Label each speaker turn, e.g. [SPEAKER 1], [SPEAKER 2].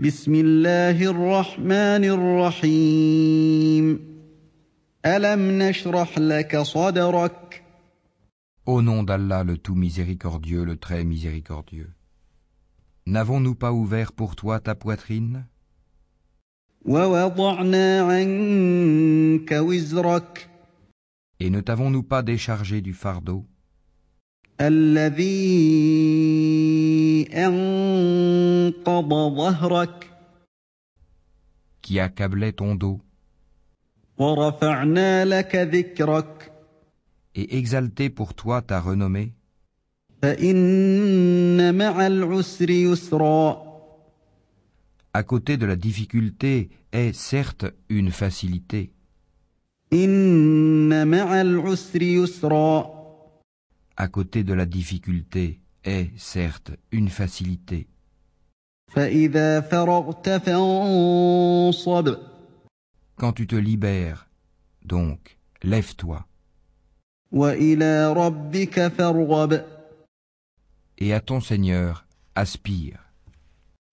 [SPEAKER 1] بسم الله الرحمن الرحيم ألم نشرح لك صدرك
[SPEAKER 2] Au nom d'Allah le tout miséricordieux, le très miséricordieux. N'avons-nous pas ouvert pour toi ta poitrine
[SPEAKER 1] ووضعنا عنك وزرك
[SPEAKER 2] Et ne t'avons-nous pas déchargé du fardeau
[SPEAKER 1] الذي أنقض ظهرك
[SPEAKER 2] qui accablait ton dos
[SPEAKER 1] ورفعنا لك ذكرك
[SPEAKER 2] et exalté pour toi ta renommée
[SPEAKER 1] فإن مع العسر يسرا
[SPEAKER 2] À côté de la difficulté est certes une facilité.
[SPEAKER 1] إن مع العسر يسرا
[SPEAKER 2] À côté de la difficulté est certes une facilité.
[SPEAKER 1] فإذا فرغت فانصب
[SPEAKER 2] Quand tu te libères, donc, lève-toi
[SPEAKER 1] وإلى ربك فارغب
[SPEAKER 2] et à ton Seigneur aspire.